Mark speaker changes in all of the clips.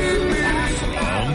Speaker 1: From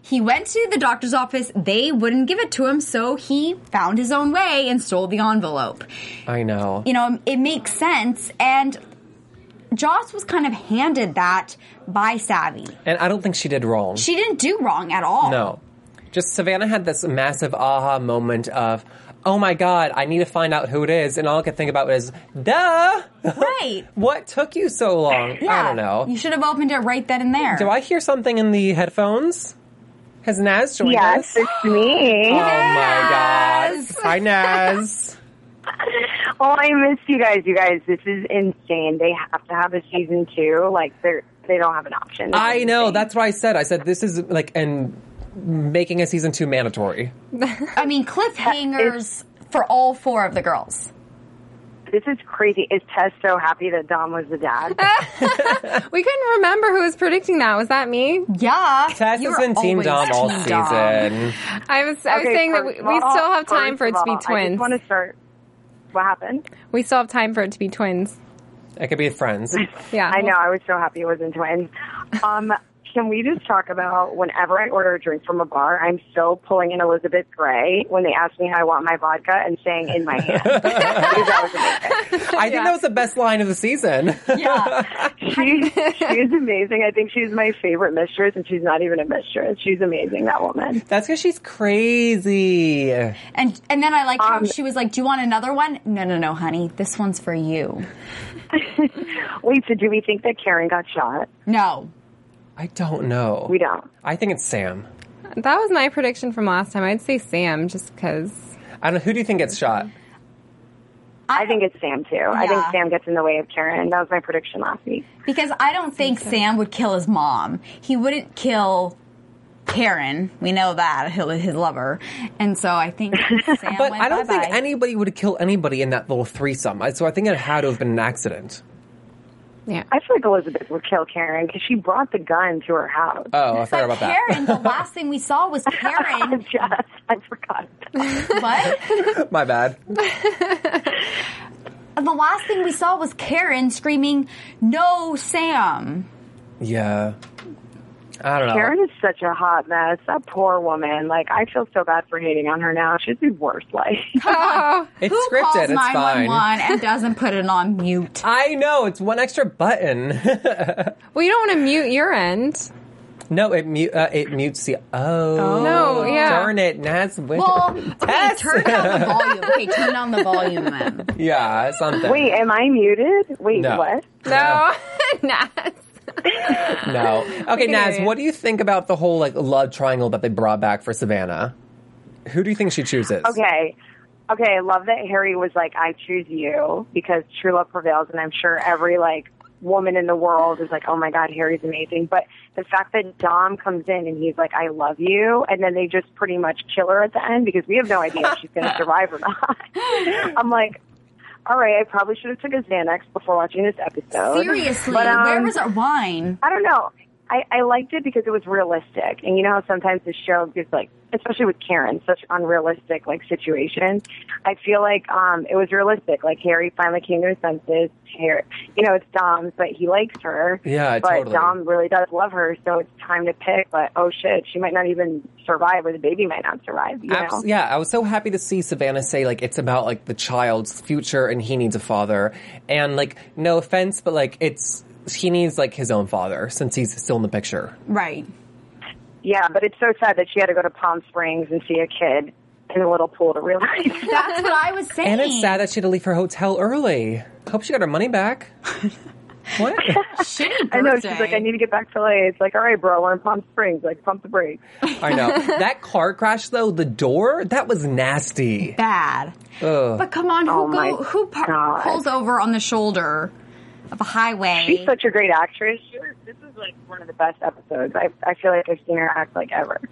Speaker 2: he went to the doctor's office. They wouldn't give it to him, so he found his own way and stole the envelope
Speaker 3: I know.
Speaker 2: you know, it makes sense. And Joss was kind of handed that by Savvy.
Speaker 3: And I don't think she did wrong.
Speaker 2: She didn't do wrong at all.
Speaker 3: No. Just Savannah had this massive aha moment of, oh my god, I need to find out who it is. And all I could think about was, duh!
Speaker 2: Right.
Speaker 3: What took you so long? I don't know.
Speaker 2: You should have opened it right then and there.
Speaker 3: Do I hear something in the headphones? Has Naz joined us?
Speaker 4: Yes, it's me.
Speaker 3: Oh my
Speaker 2: Naz!
Speaker 3: god. Hi, Naz.
Speaker 4: Oh, I missed you guys. You guys, this is insane. They have to have a season two. Like they're they don't have an option.
Speaker 3: I know. That's what I said. I said this is like, and making a season two mandatory.
Speaker 2: I mean, cliffhangers for all four of the girls.
Speaker 4: This is crazy. Is Tess so happy that Dom was the dad?
Speaker 5: We couldn't remember who was predicting that. Was that me?
Speaker 2: Yeah.
Speaker 3: Tess
Speaker 2: you
Speaker 3: has
Speaker 2: were
Speaker 3: been Team
Speaker 2: always
Speaker 3: Dom all
Speaker 2: Team
Speaker 3: season.
Speaker 2: Dom.
Speaker 5: I was. I was
Speaker 4: Okay,
Speaker 5: saying that we,
Speaker 4: first
Speaker 5: we
Speaker 4: of all-
Speaker 5: still have time for it
Speaker 4: first
Speaker 5: to
Speaker 4: of
Speaker 5: be
Speaker 4: all, I
Speaker 5: twins.
Speaker 4: just want to start. What happened?
Speaker 5: we still have time for it to be twins.
Speaker 3: It could be friends.
Speaker 5: Yeah,
Speaker 4: I know. I was so happy it wasn't twins. Um, can we just talk about whenever I order a drink from a bar, I'm still pulling an Elizabeth Gray when they ask me how I want my vodka and saying in my hand. Because that was amazing.
Speaker 3: I think that was the best line of the season.
Speaker 2: Yeah.
Speaker 4: She, she's amazing. I think she's my favorite mistress, and she's not even a mistress. She's amazing, that woman.
Speaker 3: That's because she's crazy.
Speaker 2: And and then I like how
Speaker 4: Um,
Speaker 2: she was like, "Do you want another one?" No, no, no, honey. This one's for you.
Speaker 4: Wait, so do we think that Karen got shot?
Speaker 2: No.
Speaker 3: I don't know.
Speaker 4: We don't.
Speaker 3: I think it's Sam.
Speaker 5: that was my prediction from last time. I'd say Sam, just because.
Speaker 3: I don't know. Who do you think gets shot?
Speaker 4: I think it's Sam too. I think
Speaker 2: Yeah.
Speaker 4: Sam gets in the way of Karen. That was my prediction last week.
Speaker 2: Because I don't think Sam would kill his mom. He wouldn't kill Karen. We know that who was his lover, and so I think Sam.
Speaker 3: But
Speaker 2: went
Speaker 3: I don't
Speaker 2: bye-bye.
Speaker 3: think anybody would kill anybody in that little threesome. I- So I think it had to have been an accident.
Speaker 5: Yeah,
Speaker 4: I feel like Elizabeth would kill Karen because she brought the gun to her house.
Speaker 3: Oh, I
Speaker 2: But
Speaker 3: forgot about that.
Speaker 2: Karen, the last thing we saw was Karen. Uh,
Speaker 4: Yes, I forgot.
Speaker 2: what?
Speaker 3: My bad.
Speaker 2: The last thing we saw was Karen screaming, "No, Sam!"
Speaker 3: Yeah. I don't know.
Speaker 4: Karen is such a hot mess. That poor woman. Like, I feel so bad for hating on her now. She's the worst. Like,
Speaker 3: it's
Speaker 2: Who
Speaker 3: scripted.
Speaker 2: calls
Speaker 3: it's fine.
Speaker 2: 911 and doesn't put it on mute?
Speaker 3: I know. It's one extra button.
Speaker 5: well, you don't want to mute your end.
Speaker 3: no, it mute. Uh, it mutes the. Oh.
Speaker 5: No, yeah.
Speaker 3: Darn it, Naz. Went
Speaker 2: Well, okay, turn down the volume. Okay, turn down the volume then.
Speaker 3: yeah, something.
Speaker 4: wait, am I muted? Wait,
Speaker 3: No.
Speaker 4: what?
Speaker 5: No, nah.
Speaker 3: No. Okay,
Speaker 5: hear
Speaker 3: Naz,
Speaker 5: you.
Speaker 3: what do you think about the whole like love triangle that they brought back for Savannah? Who do you think she chooses?
Speaker 4: Okay. Okay, I love that Harry was like, I choose you because true love prevails. And I'm sure every, like, woman in the world is like, oh my God, Harry's amazing. But the fact that Dom comes in and he's like, I love you. And then they just pretty much kill her at the end because we have no idea if she's going to survive or not. I'm like, all right, I probably should have took a Xanax before watching this episode.
Speaker 2: Seriously,
Speaker 4: But, um,
Speaker 2: where was our wine?
Speaker 4: I don't know. I, I liked it because it was realistic. And you know how sometimes the show gives like especially with Karen, such unrealistic like situations. I feel like um it was realistic. Like Harry finally came to his senses. Harry, you know, it's Dom's, but he likes her.
Speaker 3: Yeah,
Speaker 4: but
Speaker 3: totally.
Speaker 4: Dom really does love her, so it's time to pick. But oh shit, she might not even survive, or the baby might not survive. You know?
Speaker 3: Abs- yeah, I was so happy to see Savannah say like it's about like the child's future and he needs a father. And like no offense, but like it's he needs like his own father since he's still in the picture.
Speaker 2: Right.
Speaker 4: Yeah, but it's so sad that she had to go to Palm Springs and see a kid in a little pool to realize. that.
Speaker 2: That's what I was saying.
Speaker 3: And it's sad that she had to leave her hotel early. Hope she got her money back. what?
Speaker 2: Shitty birthday.
Speaker 4: I know she's like, I need to get back to LA. It's like, all right, bro, we're in Palm Springs. Like, pump the brakes.
Speaker 3: I know. That car crash though, the door, that was nasty.
Speaker 2: bad. But come on, who
Speaker 4: Oh my
Speaker 2: go, who par-
Speaker 4: God.
Speaker 2: pulls over on the shoulder of a highway?
Speaker 5: Mm.
Speaker 4: She's such a great actress. She was, this is like one of the best episodes. I I feel like I've seen her act like ever. Oh,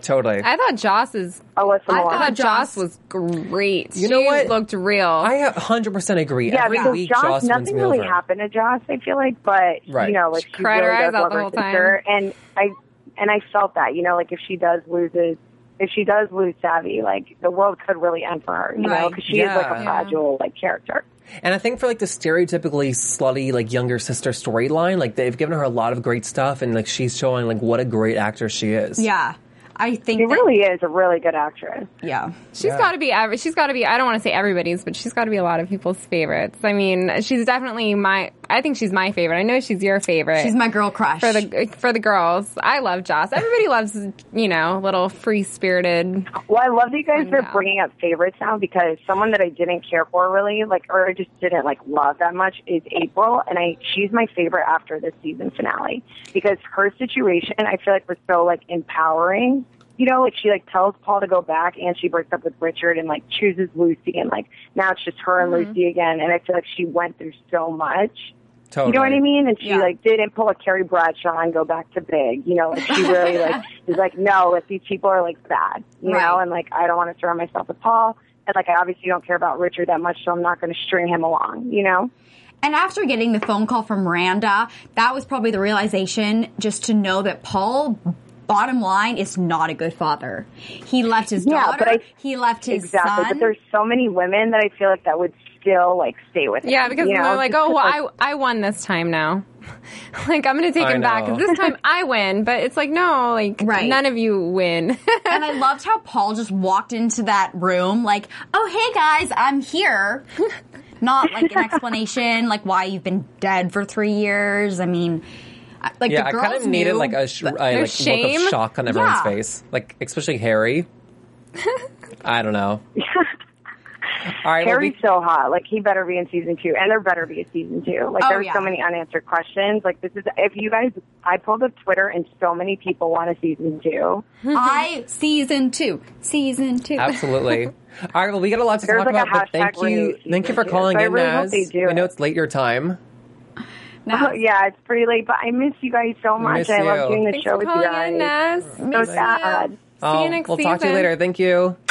Speaker 3: Totally.
Speaker 5: I thought Joss's.
Speaker 4: Alyssa
Speaker 5: I
Speaker 4: Milano.
Speaker 5: thought
Speaker 2: Joss-
Speaker 5: Joss was great.
Speaker 3: You know
Speaker 5: She
Speaker 3: what?
Speaker 5: Looked real.
Speaker 3: I 100% agree.
Speaker 4: Yeah,
Speaker 3: Every
Speaker 4: because
Speaker 3: week,
Speaker 4: Joss,
Speaker 3: Joss wins
Speaker 4: nothing
Speaker 3: me
Speaker 4: really
Speaker 3: over.
Speaker 4: happened to Joss. I feel like, but
Speaker 3: Right.
Speaker 4: you know, like
Speaker 3: She
Speaker 4: she,
Speaker 5: cried her
Speaker 4: really
Speaker 5: eyes
Speaker 4: does
Speaker 5: out
Speaker 4: love
Speaker 5: the
Speaker 4: her
Speaker 5: whole
Speaker 4: sister, and I and I felt that. You know, like if she does lose it, if she does lose Savvy, like the world could really end for her. You know,
Speaker 2: Right.
Speaker 4: because she
Speaker 3: Yeah.
Speaker 4: is like
Speaker 3: Yeah.
Speaker 4: a fragile like character.
Speaker 3: And I think for like the stereotypically slutty like younger sister storyline, like they've given her a lot of great stuff, and like she's showing like what a great actress she is.
Speaker 2: yeah, I think
Speaker 4: She
Speaker 2: that-
Speaker 4: really is a really good actress.
Speaker 2: Yeah,
Speaker 5: She's got to be. ev- She's got to be. I don't want to say everybody's, but she's got to be a lot of people's favorites. I mean, she's definitely my. I think she's my favorite. I know she's your favorite.
Speaker 2: she's my girl crush.
Speaker 5: for the for the girls. I love Joss. Everybody loves you know little free spirited.
Speaker 4: Well, I love that you guys
Speaker 5: I know.
Speaker 4: are bringing up favorites now because someone that I didn't care for really, like, or I just didn't like love that much is April, and I she's my favorite after the season finale because her situation I feel like was so like empowering. You know, like she like tells Paul to go back, and she breaks up with Richard, and like chooses Lucy, and like now it's just her and Lucy again, and I feel like she went through so much.
Speaker 3: Totally.
Speaker 4: You know what I mean? And she
Speaker 2: Yeah.
Speaker 4: like didn't pull a Carrie Bradshaw and go back to big. You know, like she really like is like, no, like these people are like bad. You know,
Speaker 2: Right.
Speaker 4: and like I don't want to surround myself with Paul. And like I obviously don't care about Richard that much, so I'm not going to string him along. You know?
Speaker 2: and after getting the phone call from Miranda, that was probably the realization just to know that Paul. Bottom line is not a good father. He left his
Speaker 4: Yeah,
Speaker 2: daughter.
Speaker 4: but I-
Speaker 2: he left his
Speaker 4: exactly.
Speaker 2: son.
Speaker 4: But there's so many women that I feel like that would still like stay with him.
Speaker 5: Yeah, because
Speaker 4: you know?
Speaker 5: they're like,
Speaker 4: Just
Speaker 5: oh,
Speaker 4: 'cause,
Speaker 5: well,
Speaker 4: like,
Speaker 5: I I won this time now. like I'm gonna take
Speaker 3: I
Speaker 5: him back 'cause
Speaker 3: know.
Speaker 5: this time I win. But it's like no, like
Speaker 2: Right.
Speaker 5: none of you win.
Speaker 2: And I loved how Paul just walked into that room like, "Oh, hey guys, I'm here." Not like an explanation, like why you've been dead for three years. I mean, I- like
Speaker 3: Yeah,
Speaker 2: the
Speaker 3: I
Speaker 2: girls
Speaker 3: kind of needed
Speaker 2: knew,
Speaker 3: like a, sh- a like, look
Speaker 5: shame?
Speaker 3: of shock on everyone's
Speaker 2: Yeah.
Speaker 3: face, like especially Harry. I don't know. All right, well,
Speaker 4: Harry's
Speaker 3: we-
Speaker 4: so hot. Like he better be in season two, and there better be a season two. Like
Speaker 2: Oh,
Speaker 4: there are
Speaker 2: yeah.
Speaker 4: so many unanswered questions. Like this is if you guys, I pulled up Twitter, and so many people want a season two.
Speaker 2: I season two, season two.
Speaker 3: Absolutely. All right, well, we got a lot to
Speaker 4: There's
Speaker 3: talk
Speaker 4: like a
Speaker 3: about, but
Speaker 4: hashtag
Speaker 3: thank you,
Speaker 4: renew
Speaker 3: thank you for
Speaker 4: season
Speaker 3: calling
Speaker 4: two, so I
Speaker 3: in,
Speaker 4: really hope
Speaker 3: Naz.
Speaker 4: they do
Speaker 3: we know
Speaker 4: it.
Speaker 3: it's late your time.
Speaker 2: Now,
Speaker 4: Oh, yeah, it's pretty late, but I miss you guys so much.
Speaker 3: Miss
Speaker 4: and I love
Speaker 3: you.
Speaker 4: doing the
Speaker 5: Thanks
Speaker 4: show
Speaker 5: for
Speaker 4: with you
Speaker 5: calling
Speaker 4: guys.
Speaker 5: in, Ness.
Speaker 4: So sad.
Speaker 5: See
Speaker 3: Oh,
Speaker 5: you next
Speaker 3: we'll talk to you
Speaker 5: season.
Speaker 3: later. Thank you.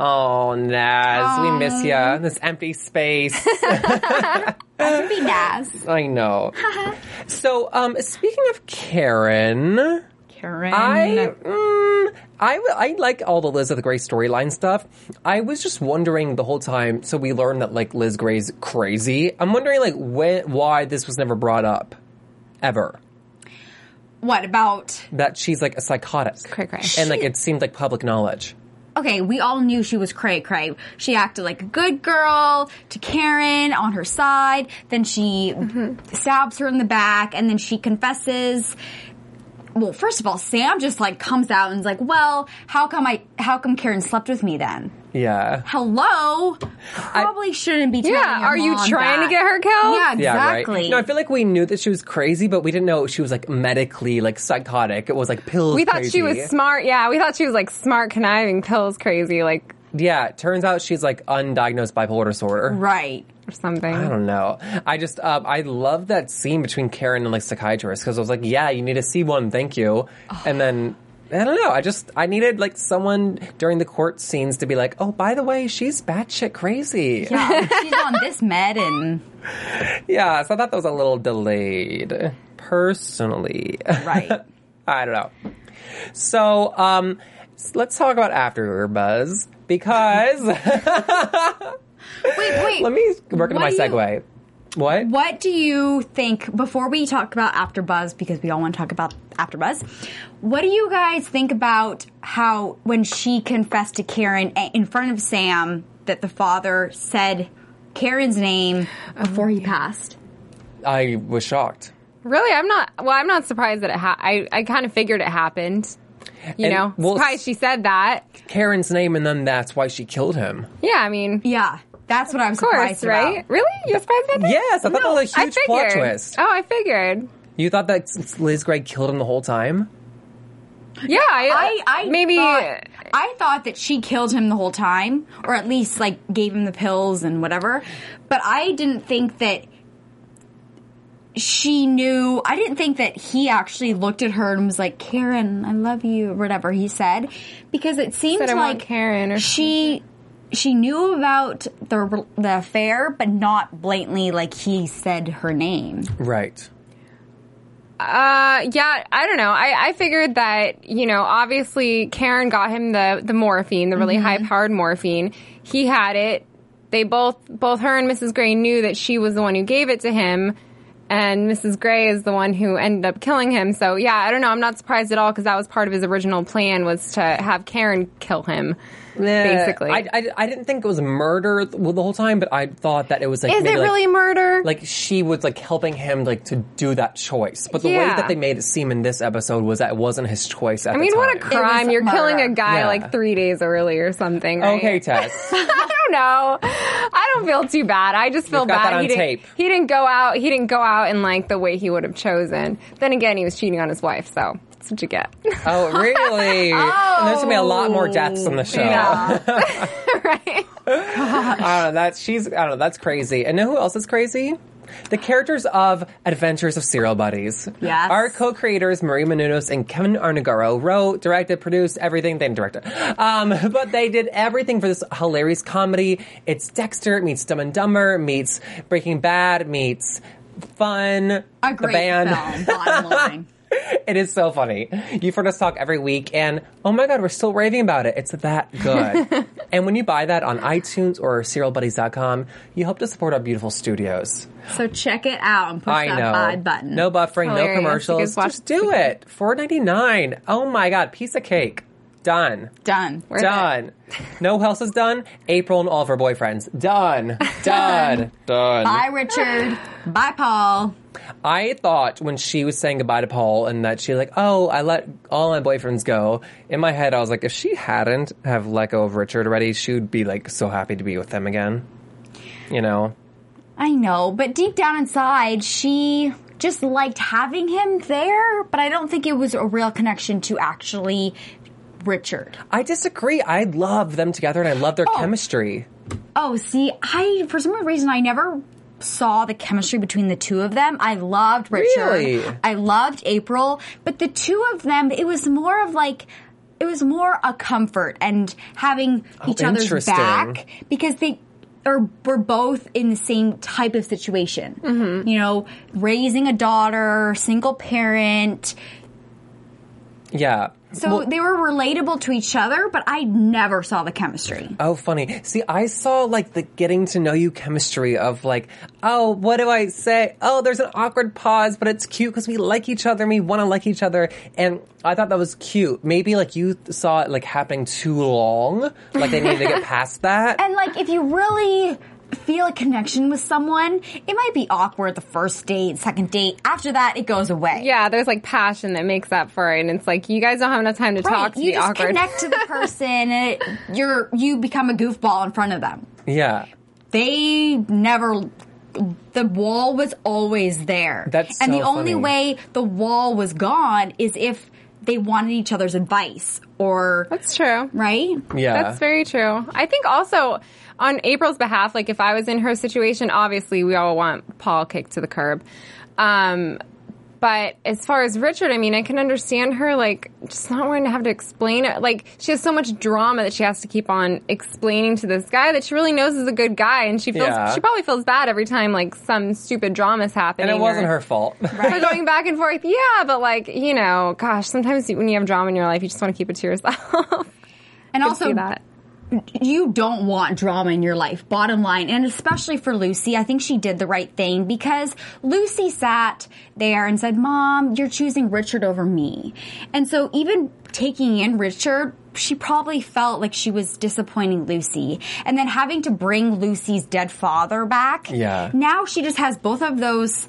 Speaker 3: Oh, Naz, we miss you. This empty space.
Speaker 2: that'd be Naz.
Speaker 3: I know. so, um, speaking of Karen,
Speaker 2: Karen.
Speaker 5: Mm-hmm.
Speaker 3: I, mm, I, w- I like all the Liz of the Gray storyline stuff. I was just wondering the whole time. So we learned that like Liz Gray's crazy. I'm wondering like when, why this was never brought up, ever.
Speaker 2: what about?
Speaker 3: That she's like a psychotic,
Speaker 5: cray cray.
Speaker 3: and like it seemed like public knowledge.
Speaker 2: Okay, we all knew she was cray cray. She acted like a good girl to Karen on her side. Then she stabs her in the back, and then she confesses. Well, first of all, Sam just like comes out and is like, "Well, how come I? How come Karen slept with me then?
Speaker 3: Yeah.
Speaker 2: Hello, probably shouldn't be. Telling
Speaker 5: Yeah,
Speaker 2: your
Speaker 5: are you
Speaker 2: mom
Speaker 5: trying to
Speaker 2: that.
Speaker 5: get her killed?
Speaker 2: Yeah,
Speaker 3: Yeah,
Speaker 2: exactly.
Speaker 3: right. No, I feel like we knew that she was crazy, but we didn't know she was like medically like psychotic. It was like pills.
Speaker 5: We thought
Speaker 3: crazy.
Speaker 5: she was smart. Yeah, we thought she was like smart, conniving, pills crazy, like
Speaker 3: Yeah, it turns out she's like undiagnosed bipolar disorder.
Speaker 2: right.
Speaker 5: or something.
Speaker 3: I don't know. I just um, I love that scene between Karen and like psychiatrist because I was like, yeah, you need to see one, thank you.
Speaker 5: Oh.
Speaker 3: And then I don't know. I just I needed like someone during the court scenes to be like, oh, by the way, she's batshit crazy. Yeah.
Speaker 2: Yeah, she's on this med and
Speaker 3: so I thought that was a little delayed, personally.
Speaker 2: right.
Speaker 3: I don't know. So, um, s- let's talk about AfterBuzz because
Speaker 2: Wait, wait.
Speaker 3: let me work on my
Speaker 2: What do you-
Speaker 3: segue. What?
Speaker 2: What do you think before we talk about AfterBuzz? Because we all want to talk about AfterBuzz. What do you guys think about how when she confessed to Karen a- in front of Sam that the father said Karen's name Oh, before he passed?
Speaker 3: I was shocked.
Speaker 5: Really, I'm not. Well, I'm not surprised that it. Ha- I I kind of figured it happened. You
Speaker 3: And-
Speaker 5: know,
Speaker 3: well,
Speaker 5: surprised she said that.
Speaker 3: Karen's name, and then that's why she killed him.
Speaker 5: Yeah, I mean, of
Speaker 2: Yeah, that's what I'm
Speaker 5: course,
Speaker 2: surprised
Speaker 5: right?
Speaker 2: about.
Speaker 5: Really, you're surprised about that?
Speaker 3: Yes, I thought that was a
Speaker 5: I
Speaker 3: huge plot
Speaker 5: figured.
Speaker 3: twist.
Speaker 5: Oh, I figured.
Speaker 3: You thought that s- Liz Gregg killed him the whole time?
Speaker 5: Yeah, I,
Speaker 2: I, I
Speaker 5: maybe. uh,
Speaker 2: thought, I thought that she killed him the whole time, or at least like gave him the pills and whatever. But I didn't think that she knew. I didn't think that he actually looked at her and was like, "Karen, I love you," or whatever he said, because it seemed
Speaker 5: Said, "I want
Speaker 2: like
Speaker 5: Karen," or
Speaker 2: she. She knew about the the affair, but not blatantly like he said her name.
Speaker 3: Right.
Speaker 5: Uh, yeah, I don't know. I, I figured that, you know, obviously Karen got him the, the morphine, the really
Speaker 3: Mm-hmm.
Speaker 5: high powered morphine. He had it. They both, both her and Mrs. Gray knew that she was the one who gave it to him. And Mrs. Gray is the one who ended up killing him. So yeah, I don't know. I'm not surprised at all because that was part of his original plan was to have Karen kill him. Basically.
Speaker 3: I, I, I didn't think it was murder th- well, the whole time, but I thought that it was like
Speaker 5: is it
Speaker 3: maybe, like-
Speaker 5: really murder?
Speaker 3: Like she was like helping him like to do that choice, but the way
Speaker 5: Yeah.
Speaker 3: that they made it seem in this episode was that it wasn't his choice at
Speaker 5: I mean,
Speaker 3: the
Speaker 5: what a
Speaker 3: time.
Speaker 5: crime.
Speaker 2: was
Speaker 5: You're killing a
Speaker 2: murder.
Speaker 5: guy
Speaker 3: Yeah.
Speaker 5: like three days early or something. right?
Speaker 3: Okay, Tess.
Speaker 5: I don't know. I don't feel too bad. I just feel
Speaker 3: You've got
Speaker 5: bad.
Speaker 3: that on
Speaker 5: he, didn't,
Speaker 3: tape.
Speaker 5: he didn't go out. He didn't go out in like the way he would have chosen. Then again, he was cheating on his wife, so that's what you get,
Speaker 3: oh, really? And there's gonna be a lot
Speaker 2: Oh.
Speaker 3: more deaths on the show.
Speaker 5: right?
Speaker 3: I don't know. That's she's. I don't know. That's crazy. And know who else is crazy? The characters of Adventures of Serial Buddies.
Speaker 2: Yes.
Speaker 3: Our co-creators Marie Menounos and Kevin Arnagaro wrote, directed, produced everything. They didn't direct it, um, but they did everything for this hilarious comedy. It's Dexter meets Dumb and Dumber meets Breaking Bad meets Fun.
Speaker 2: A
Speaker 3: the
Speaker 2: great
Speaker 3: band.
Speaker 2: film, bottom line.
Speaker 3: It is so funny. You've heard us talk every week, and oh my god, we're still raving about it. It's that good. and when you buy that on iTunes or serialbuddies.com, you help to support our beautiful studios.
Speaker 2: So check it out and push
Speaker 3: I
Speaker 2: that
Speaker 3: know.
Speaker 2: buy button.
Speaker 3: No buffering, no
Speaker 5: Hilarious. You
Speaker 3: commercials.
Speaker 5: guys watch
Speaker 3: Just do it. Four ninety nine. Oh my god, piece of cake. Done.
Speaker 2: done. We're
Speaker 3: Done. No else is done. April and all of her boyfriends. Done. Done. Done.
Speaker 2: Bye, Richard. Bye, Paul.
Speaker 3: I thought when she was saying goodbye to Paul and that she like, oh, I let all my boyfriends go. In my head, I was like, if she hadn't have let go of Richard already, she would be like so happy to be with them again. You know,
Speaker 2: I know, but deep down inside, she just liked having him there, but I don't think it was a real connection to actually Richard.
Speaker 3: I disagree. I love them together and I love their chemistry.
Speaker 2: Oh, see, I, for some reason, I never saw the chemistry between the two of them. I loved Richard.
Speaker 3: Really?
Speaker 2: I loved April, but the two of them, it was more of like, it was more a comfort and having each other's
Speaker 3: Oh, interesting.
Speaker 2: back because they are we're both in the same type of situation.
Speaker 3: Mm-hmm.
Speaker 2: You know, raising a daughter, single parent.
Speaker 3: Yeah.
Speaker 2: So they were relatable to each other, but I never saw the chemistry.
Speaker 3: Oh, funny. See, I saw like the getting to know you chemistry of like, oh, what do I say? Oh, there's an awkward pause, but it's cute because we like each other and we want to like each other. And I thought that was cute. Maybe like you th- saw it like happening too long. Like they needed to get past that.
Speaker 2: And like, if you really feel a connection with someone, it might be awkward the first date, second date. After that, it goes away.
Speaker 5: Yeah, there's like passion that makes up for it, and it's like you guys don't have enough time to
Speaker 2: Right,
Speaker 5: talk to
Speaker 2: you
Speaker 5: be
Speaker 2: just
Speaker 5: awkward.
Speaker 2: connect to the person, and it, you're you become a goofball in front of them.
Speaker 3: yeah.
Speaker 2: They never. The wall was always there.
Speaker 3: That's
Speaker 2: and
Speaker 3: so
Speaker 2: the only
Speaker 3: funny.
Speaker 2: way the wall was gone is if they wanted each other's advice or
Speaker 5: That's true.
Speaker 2: right.
Speaker 3: Yeah.
Speaker 5: That's very true. I think also on April's behalf, like if I was in her situation, obviously we all want Paul kicked to the curb. Um, But as far as Richard, I mean, I can understand her like just not wanting to have to explain it. Like she has so much drama that she has to keep on explaining to this guy that she really knows is a good guy, and she feels
Speaker 3: Yeah.
Speaker 5: she probably feels bad every time like some stupid drama's happening.
Speaker 3: and it wasn't
Speaker 5: or-
Speaker 3: her fault.
Speaker 5: for going back and forth. Yeah, but like, you know, gosh, sometimes you- when you have drama in your life, you just want to keep it to yourself.
Speaker 2: And
Speaker 5: I see
Speaker 2: also,
Speaker 5: that.
Speaker 2: you don't want drama in your life, bottom line. And especially for Lucy, I think she did the right thing because Lucy sat there and said, Mom, you're choosing Richard over me. And so even taking in Richard, she probably felt like she was disappointing Lucy. And then having to bring Lucy's dead father back.
Speaker 3: Yeah.
Speaker 2: Now she just has both of those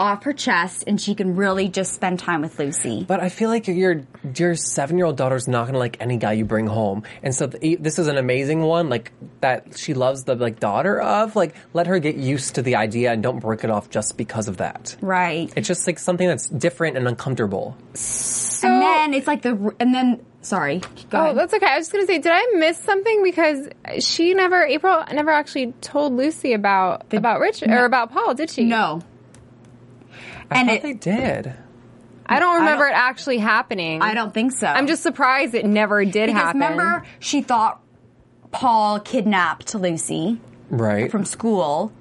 Speaker 2: off her chest and she can really just spend time with Lucy.
Speaker 3: But I feel like your your seven year old daughter's not gonna like any guy you bring home, and so the, this is an amazing one, like that she loves the like daughter of. Like, let her get used to the idea and don't break it off just because of that.
Speaker 2: right.
Speaker 3: It's just like something that's different and uncomfortable.
Speaker 2: and then it's like the, and then, sorry. Go
Speaker 5: Oh,
Speaker 2: ahead.
Speaker 5: that's okay. I was just gonna say, did I miss something? Because she never, April never actually told Lucy about about Richard or about Paul, did she?
Speaker 2: No.
Speaker 3: I
Speaker 2: And
Speaker 3: thought
Speaker 2: it-
Speaker 3: they did.
Speaker 5: I don't remember
Speaker 2: I
Speaker 5: it actually happening.
Speaker 2: I don't think so.
Speaker 5: I'm just surprised it never did
Speaker 2: because
Speaker 5: happen.
Speaker 2: remember she thought Paul kidnapped Lucy
Speaker 3: Right.
Speaker 2: from school,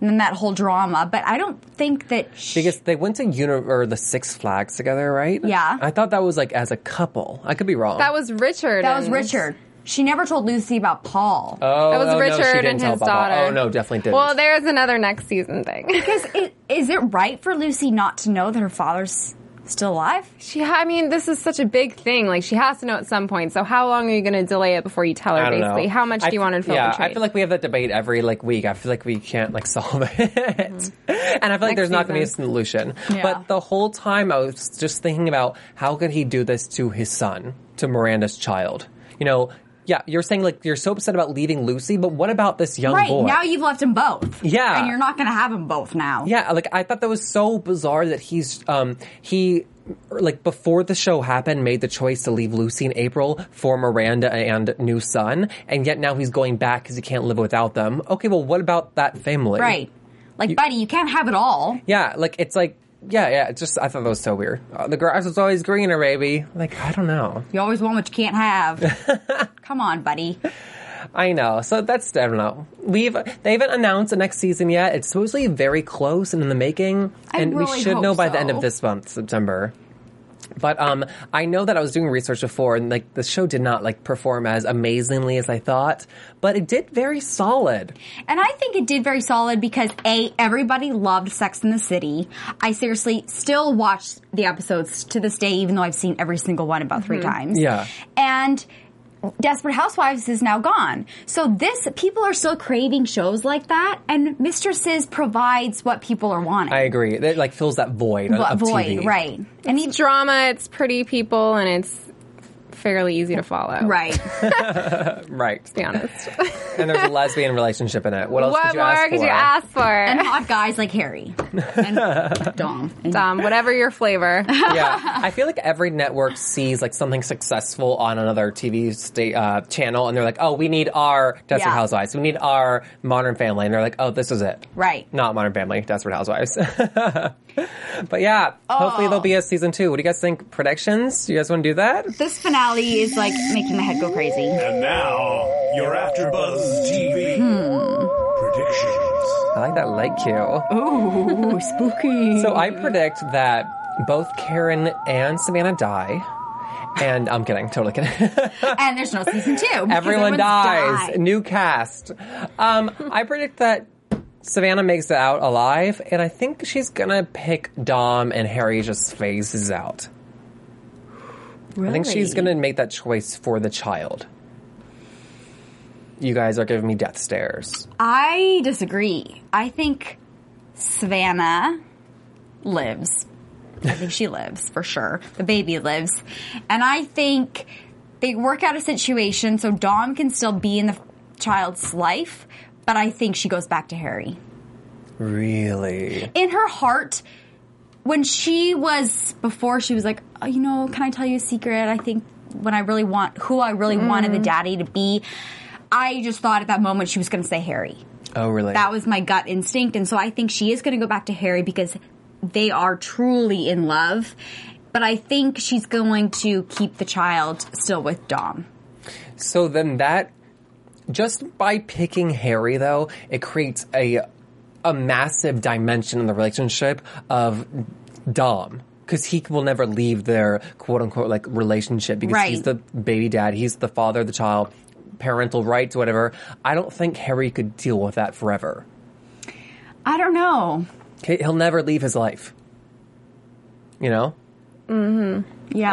Speaker 2: and then that whole drama. But I don't think that she,
Speaker 3: because they went to uni- or the Six Flags together, right?
Speaker 2: Yeah.
Speaker 3: I thought that was like as a couple. I could be wrong.
Speaker 5: that was Richard.
Speaker 2: that was
Speaker 5: and-
Speaker 2: Richard. She never told Lucy about Paul.
Speaker 3: Oh,
Speaker 5: That was
Speaker 3: oh, no, she
Speaker 5: Richard
Speaker 3: didn't
Speaker 5: and
Speaker 3: tell
Speaker 5: his
Speaker 3: Papa.
Speaker 5: daughter.
Speaker 3: Oh no, definitely didn't.
Speaker 5: Well, there's another next season thing.
Speaker 2: Because i- is it right for Lucy not to know that her father's still alive?
Speaker 5: She, ha- I mean, this is such a big thing. Like, she has to know at some point. So, how long are you going to delay it before you tell her?
Speaker 3: I don't know.
Speaker 5: Basically, how much
Speaker 3: I
Speaker 5: do you
Speaker 3: f-
Speaker 5: want her to feel
Speaker 3: Yeah,
Speaker 5: betrayed?
Speaker 3: I feel like we have that debate every like week. I feel like we can't like solve it, and I feel like there's not going to be a
Speaker 5: season.
Speaker 3: solution.
Speaker 2: Yeah.
Speaker 3: But the whole time, I was just thinking about how could he do this to his son, to Miranda's child. You know, yeah, you're saying like you're so upset about leaving Lucy, but what about this young
Speaker 2: Right
Speaker 3: Oh, boy?
Speaker 2: now, you've left them both.
Speaker 3: Yeah.
Speaker 2: and you're not going to have them both now.
Speaker 3: Yeah, like I thought that was so bizarre that he's um he like before the show happened made the choice to leave Lucy and April for Miranda and new son, and yet now he's going back because he can't live without them. Okay, well, what about that family?
Speaker 2: right. Like, buddy, you can't have it all.
Speaker 3: Yeah, like it's like yeah, yeah. It's just I thought that was so weird. Uh, the grass is always greener, baby. Like I don't know.
Speaker 2: You always want what you can't have. Come on, buddy.
Speaker 3: I know. So that's I don't know. We've they haven't announced the next season yet. It's supposedly very close and in the making,
Speaker 2: I
Speaker 3: and
Speaker 2: really
Speaker 3: we should
Speaker 2: hope
Speaker 3: know by the
Speaker 2: so.
Speaker 3: end of this month, September. But um, I know that I was doing research before, and like the show did not like perform as amazingly as I thought, but it did very solid.
Speaker 2: And I think it did very solid because A, everybody loved Sex in the City. I seriously still watch the episodes to this day, even though I've seen every single one about three times.
Speaker 3: Mm-hmm. Yeah.
Speaker 2: And Desperate Housewives is now gone. So this, people are still craving shows like that, and Mistresses provides what people are wanting.
Speaker 3: I agree. It like fills that void of-
Speaker 2: What
Speaker 3: of
Speaker 2: void,
Speaker 3: TV.
Speaker 2: right. And
Speaker 5: it's drama, it's pretty people, and it's fairly easy to follow.
Speaker 2: right.
Speaker 3: right.
Speaker 5: To be honest.
Speaker 3: And there's a lesbian relationship in it. What else
Speaker 5: what
Speaker 3: could you
Speaker 5: more
Speaker 3: ask
Speaker 5: could
Speaker 3: for?
Speaker 5: you ask for?
Speaker 2: and hot guys like Harry. And Dom. And
Speaker 5: um, whatever your flavor.
Speaker 3: yeah, I feel like every network sees like something successful on another TV sta- uh, channel, and they're like, "Oh, we need our Desperate
Speaker 2: Yeah.
Speaker 3: Housewives, we need our Modern Family," and they're like, "Oh, this is it."
Speaker 2: Right.
Speaker 3: Not Modern Family, Desperate Housewives. but yeah, hopefully there'll be a season two. What do you guys think? Predictions? You guys want to do that?
Speaker 2: This finale is like making my head go crazy.
Speaker 6: And now, your AfterBuzz TV predictions.
Speaker 3: I like that light cue. Ooh, spooky. So I predict that both Karen and Savannah die. And I'm kidding, totally kidding.
Speaker 2: And there's no season two. because
Speaker 3: Everyone
Speaker 2: everyone's
Speaker 3: dies.
Speaker 2: died.
Speaker 3: New cast. Um, I predict that Savannah makes it out alive, and I think she's gonna pick Dom, and Harry just phases out. I think she's gonna make that choice for the child. You guys are giving me death stares.
Speaker 2: I disagree. I think Savannah lives. I think she lives for sure. The baby lives. And I think they work out a situation so Dom can still be in the child's life, but I think she goes back to Harry.
Speaker 3: Really?
Speaker 2: in her heart, when she was before, she was like, oh, you know, can I tell you a secret? I think when I really want, who I really wanted the
Speaker 3: Mm.
Speaker 2: daddy to be, I just thought at that moment she was going to say Harry.
Speaker 3: Oh, really?
Speaker 2: That was my gut instinct, and so I think she is going to go back to Harry because they are truly in love. But I think she's going to keep the child still with Dom.
Speaker 3: So then that just by picking Harry though, it creates a a massive dimension in the relationship of Dom. Because he will never leave their quote unquote like relationship because
Speaker 2: Right.
Speaker 3: he's the baby dad, he's the father of the child, parental rights, whatever. I don't think Harry could deal with that forever.
Speaker 2: I don't know.
Speaker 3: He- He'll never leave his life. You know?
Speaker 2: Yeah.
Speaker 5: Uh.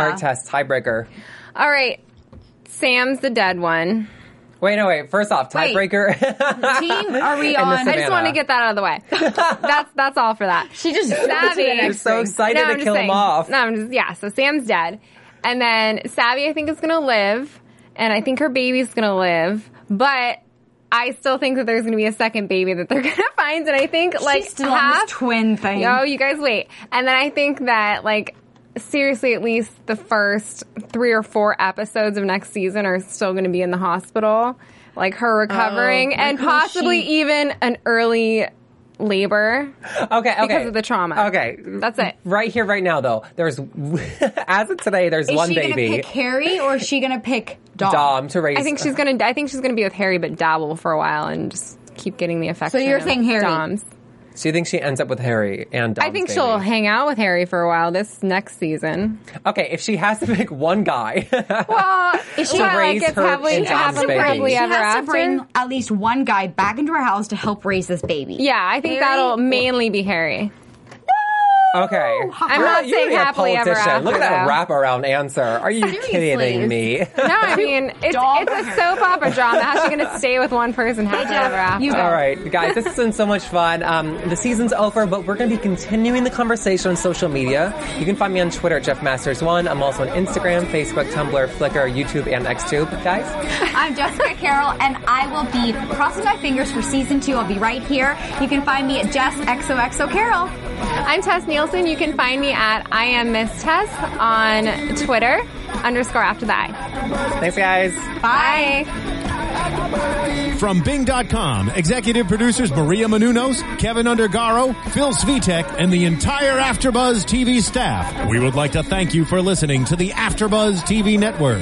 Speaker 3: All right, Tess, tiebreaker.
Speaker 5: All right. Sam's the dead one.
Speaker 3: Wait, no, wait. First off,
Speaker 2: Wait.
Speaker 3: tiebreaker.
Speaker 2: Team, are we
Speaker 3: And the
Speaker 2: on?
Speaker 5: I just want
Speaker 3: Savannah.
Speaker 5: to get that out of the way. that's that's all for that.
Speaker 2: She just threw it to the
Speaker 5: Savvy.
Speaker 2: next
Speaker 3: I'm so
Speaker 2: ring.
Speaker 3: excited to
Speaker 5: just
Speaker 3: kill him
Speaker 5: saying.
Speaker 3: off.
Speaker 5: No, I'm just yeah. So Sam's dead, and then Savvy I think is gonna live, and I think her baby's gonna live, but. I still think that there's going to be a second baby that they're going to find, and I think like
Speaker 2: She's still on
Speaker 5: half
Speaker 2: this twin thing.
Speaker 5: No, you guys wait. And then I think that like seriously, at least the first three or four episodes of next season are still going to be in the hospital, like her recovering, and
Speaker 2: because
Speaker 5: possibly
Speaker 2: she-
Speaker 5: even an early labor.
Speaker 3: Okay, okay.
Speaker 5: Because of the trauma.
Speaker 3: Okay.
Speaker 5: That's it.
Speaker 3: Right here, right now, though, there's, as of today, there's
Speaker 2: Is
Speaker 3: one
Speaker 2: she
Speaker 3: baby,
Speaker 2: gonna pick Harry or is she gonna pick Dom?
Speaker 3: Dom, to raise.
Speaker 5: I think she's gonna. I think she's gonna be with Harry, but dabble for a while and just keep getting the affection.
Speaker 2: you're
Speaker 5: of
Speaker 2: saying Harry.
Speaker 5: Dom's.
Speaker 3: So you think she ends up with Harry and Dom's
Speaker 5: I think
Speaker 3: baby.
Speaker 5: she'll hang out with Harry for a while this next season.
Speaker 3: Okay, if she has to pick one guy,
Speaker 5: Well,
Speaker 2: she-
Speaker 5: well,
Speaker 2: To
Speaker 5: like,
Speaker 3: raise
Speaker 5: it's
Speaker 3: her
Speaker 5: happily,
Speaker 3: and Dom's
Speaker 5: happily
Speaker 3: baby.
Speaker 5: happily
Speaker 2: She
Speaker 5: ever
Speaker 2: has
Speaker 5: after.
Speaker 2: to bring at least one guy back into her house to help raise this baby.
Speaker 5: Yeah, I think
Speaker 2: Harry
Speaker 5: that'll
Speaker 2: or-
Speaker 5: mainly be Harry.
Speaker 3: okay.
Speaker 2: I'm
Speaker 5: not
Speaker 3: You're
Speaker 5: saying
Speaker 3: a
Speaker 5: happily ever
Speaker 3: politician.
Speaker 5: after,
Speaker 3: Look at that
Speaker 5: though.
Speaker 3: wraparound answer. Are you kidding me?
Speaker 5: No, I mean it's,
Speaker 2: Dog.
Speaker 5: it's a soap opera drama. How's she gonna stay with one person happily ever after?
Speaker 2: you go.
Speaker 3: All right, guys, this has been so much fun. Um, the season's over, but we're going to be continuing the conversation on social media. You can find me on Twitter at JeffMasters1. I'm also on Instagram, Facebook, Tumblr, Flickr, YouTube, and XTube. Guys,
Speaker 2: I'm Jessica Carroll, and I will be crossing my fingers for season two. I'll be right here. You can find me at Jess XOXO Carroll.
Speaker 5: I'm Tess Nielsen. You can find me at I am Miss Tess on Twitter underscore after that.
Speaker 3: thanks, guys.
Speaker 5: Bye.
Speaker 1: From Bing.com, executive producers Maria Manunos, Kevin Undergaro, Phil Svitek, and the entire Afterbuzz TV staff. We would like to thank you for listening to the Afterbuzz TV network.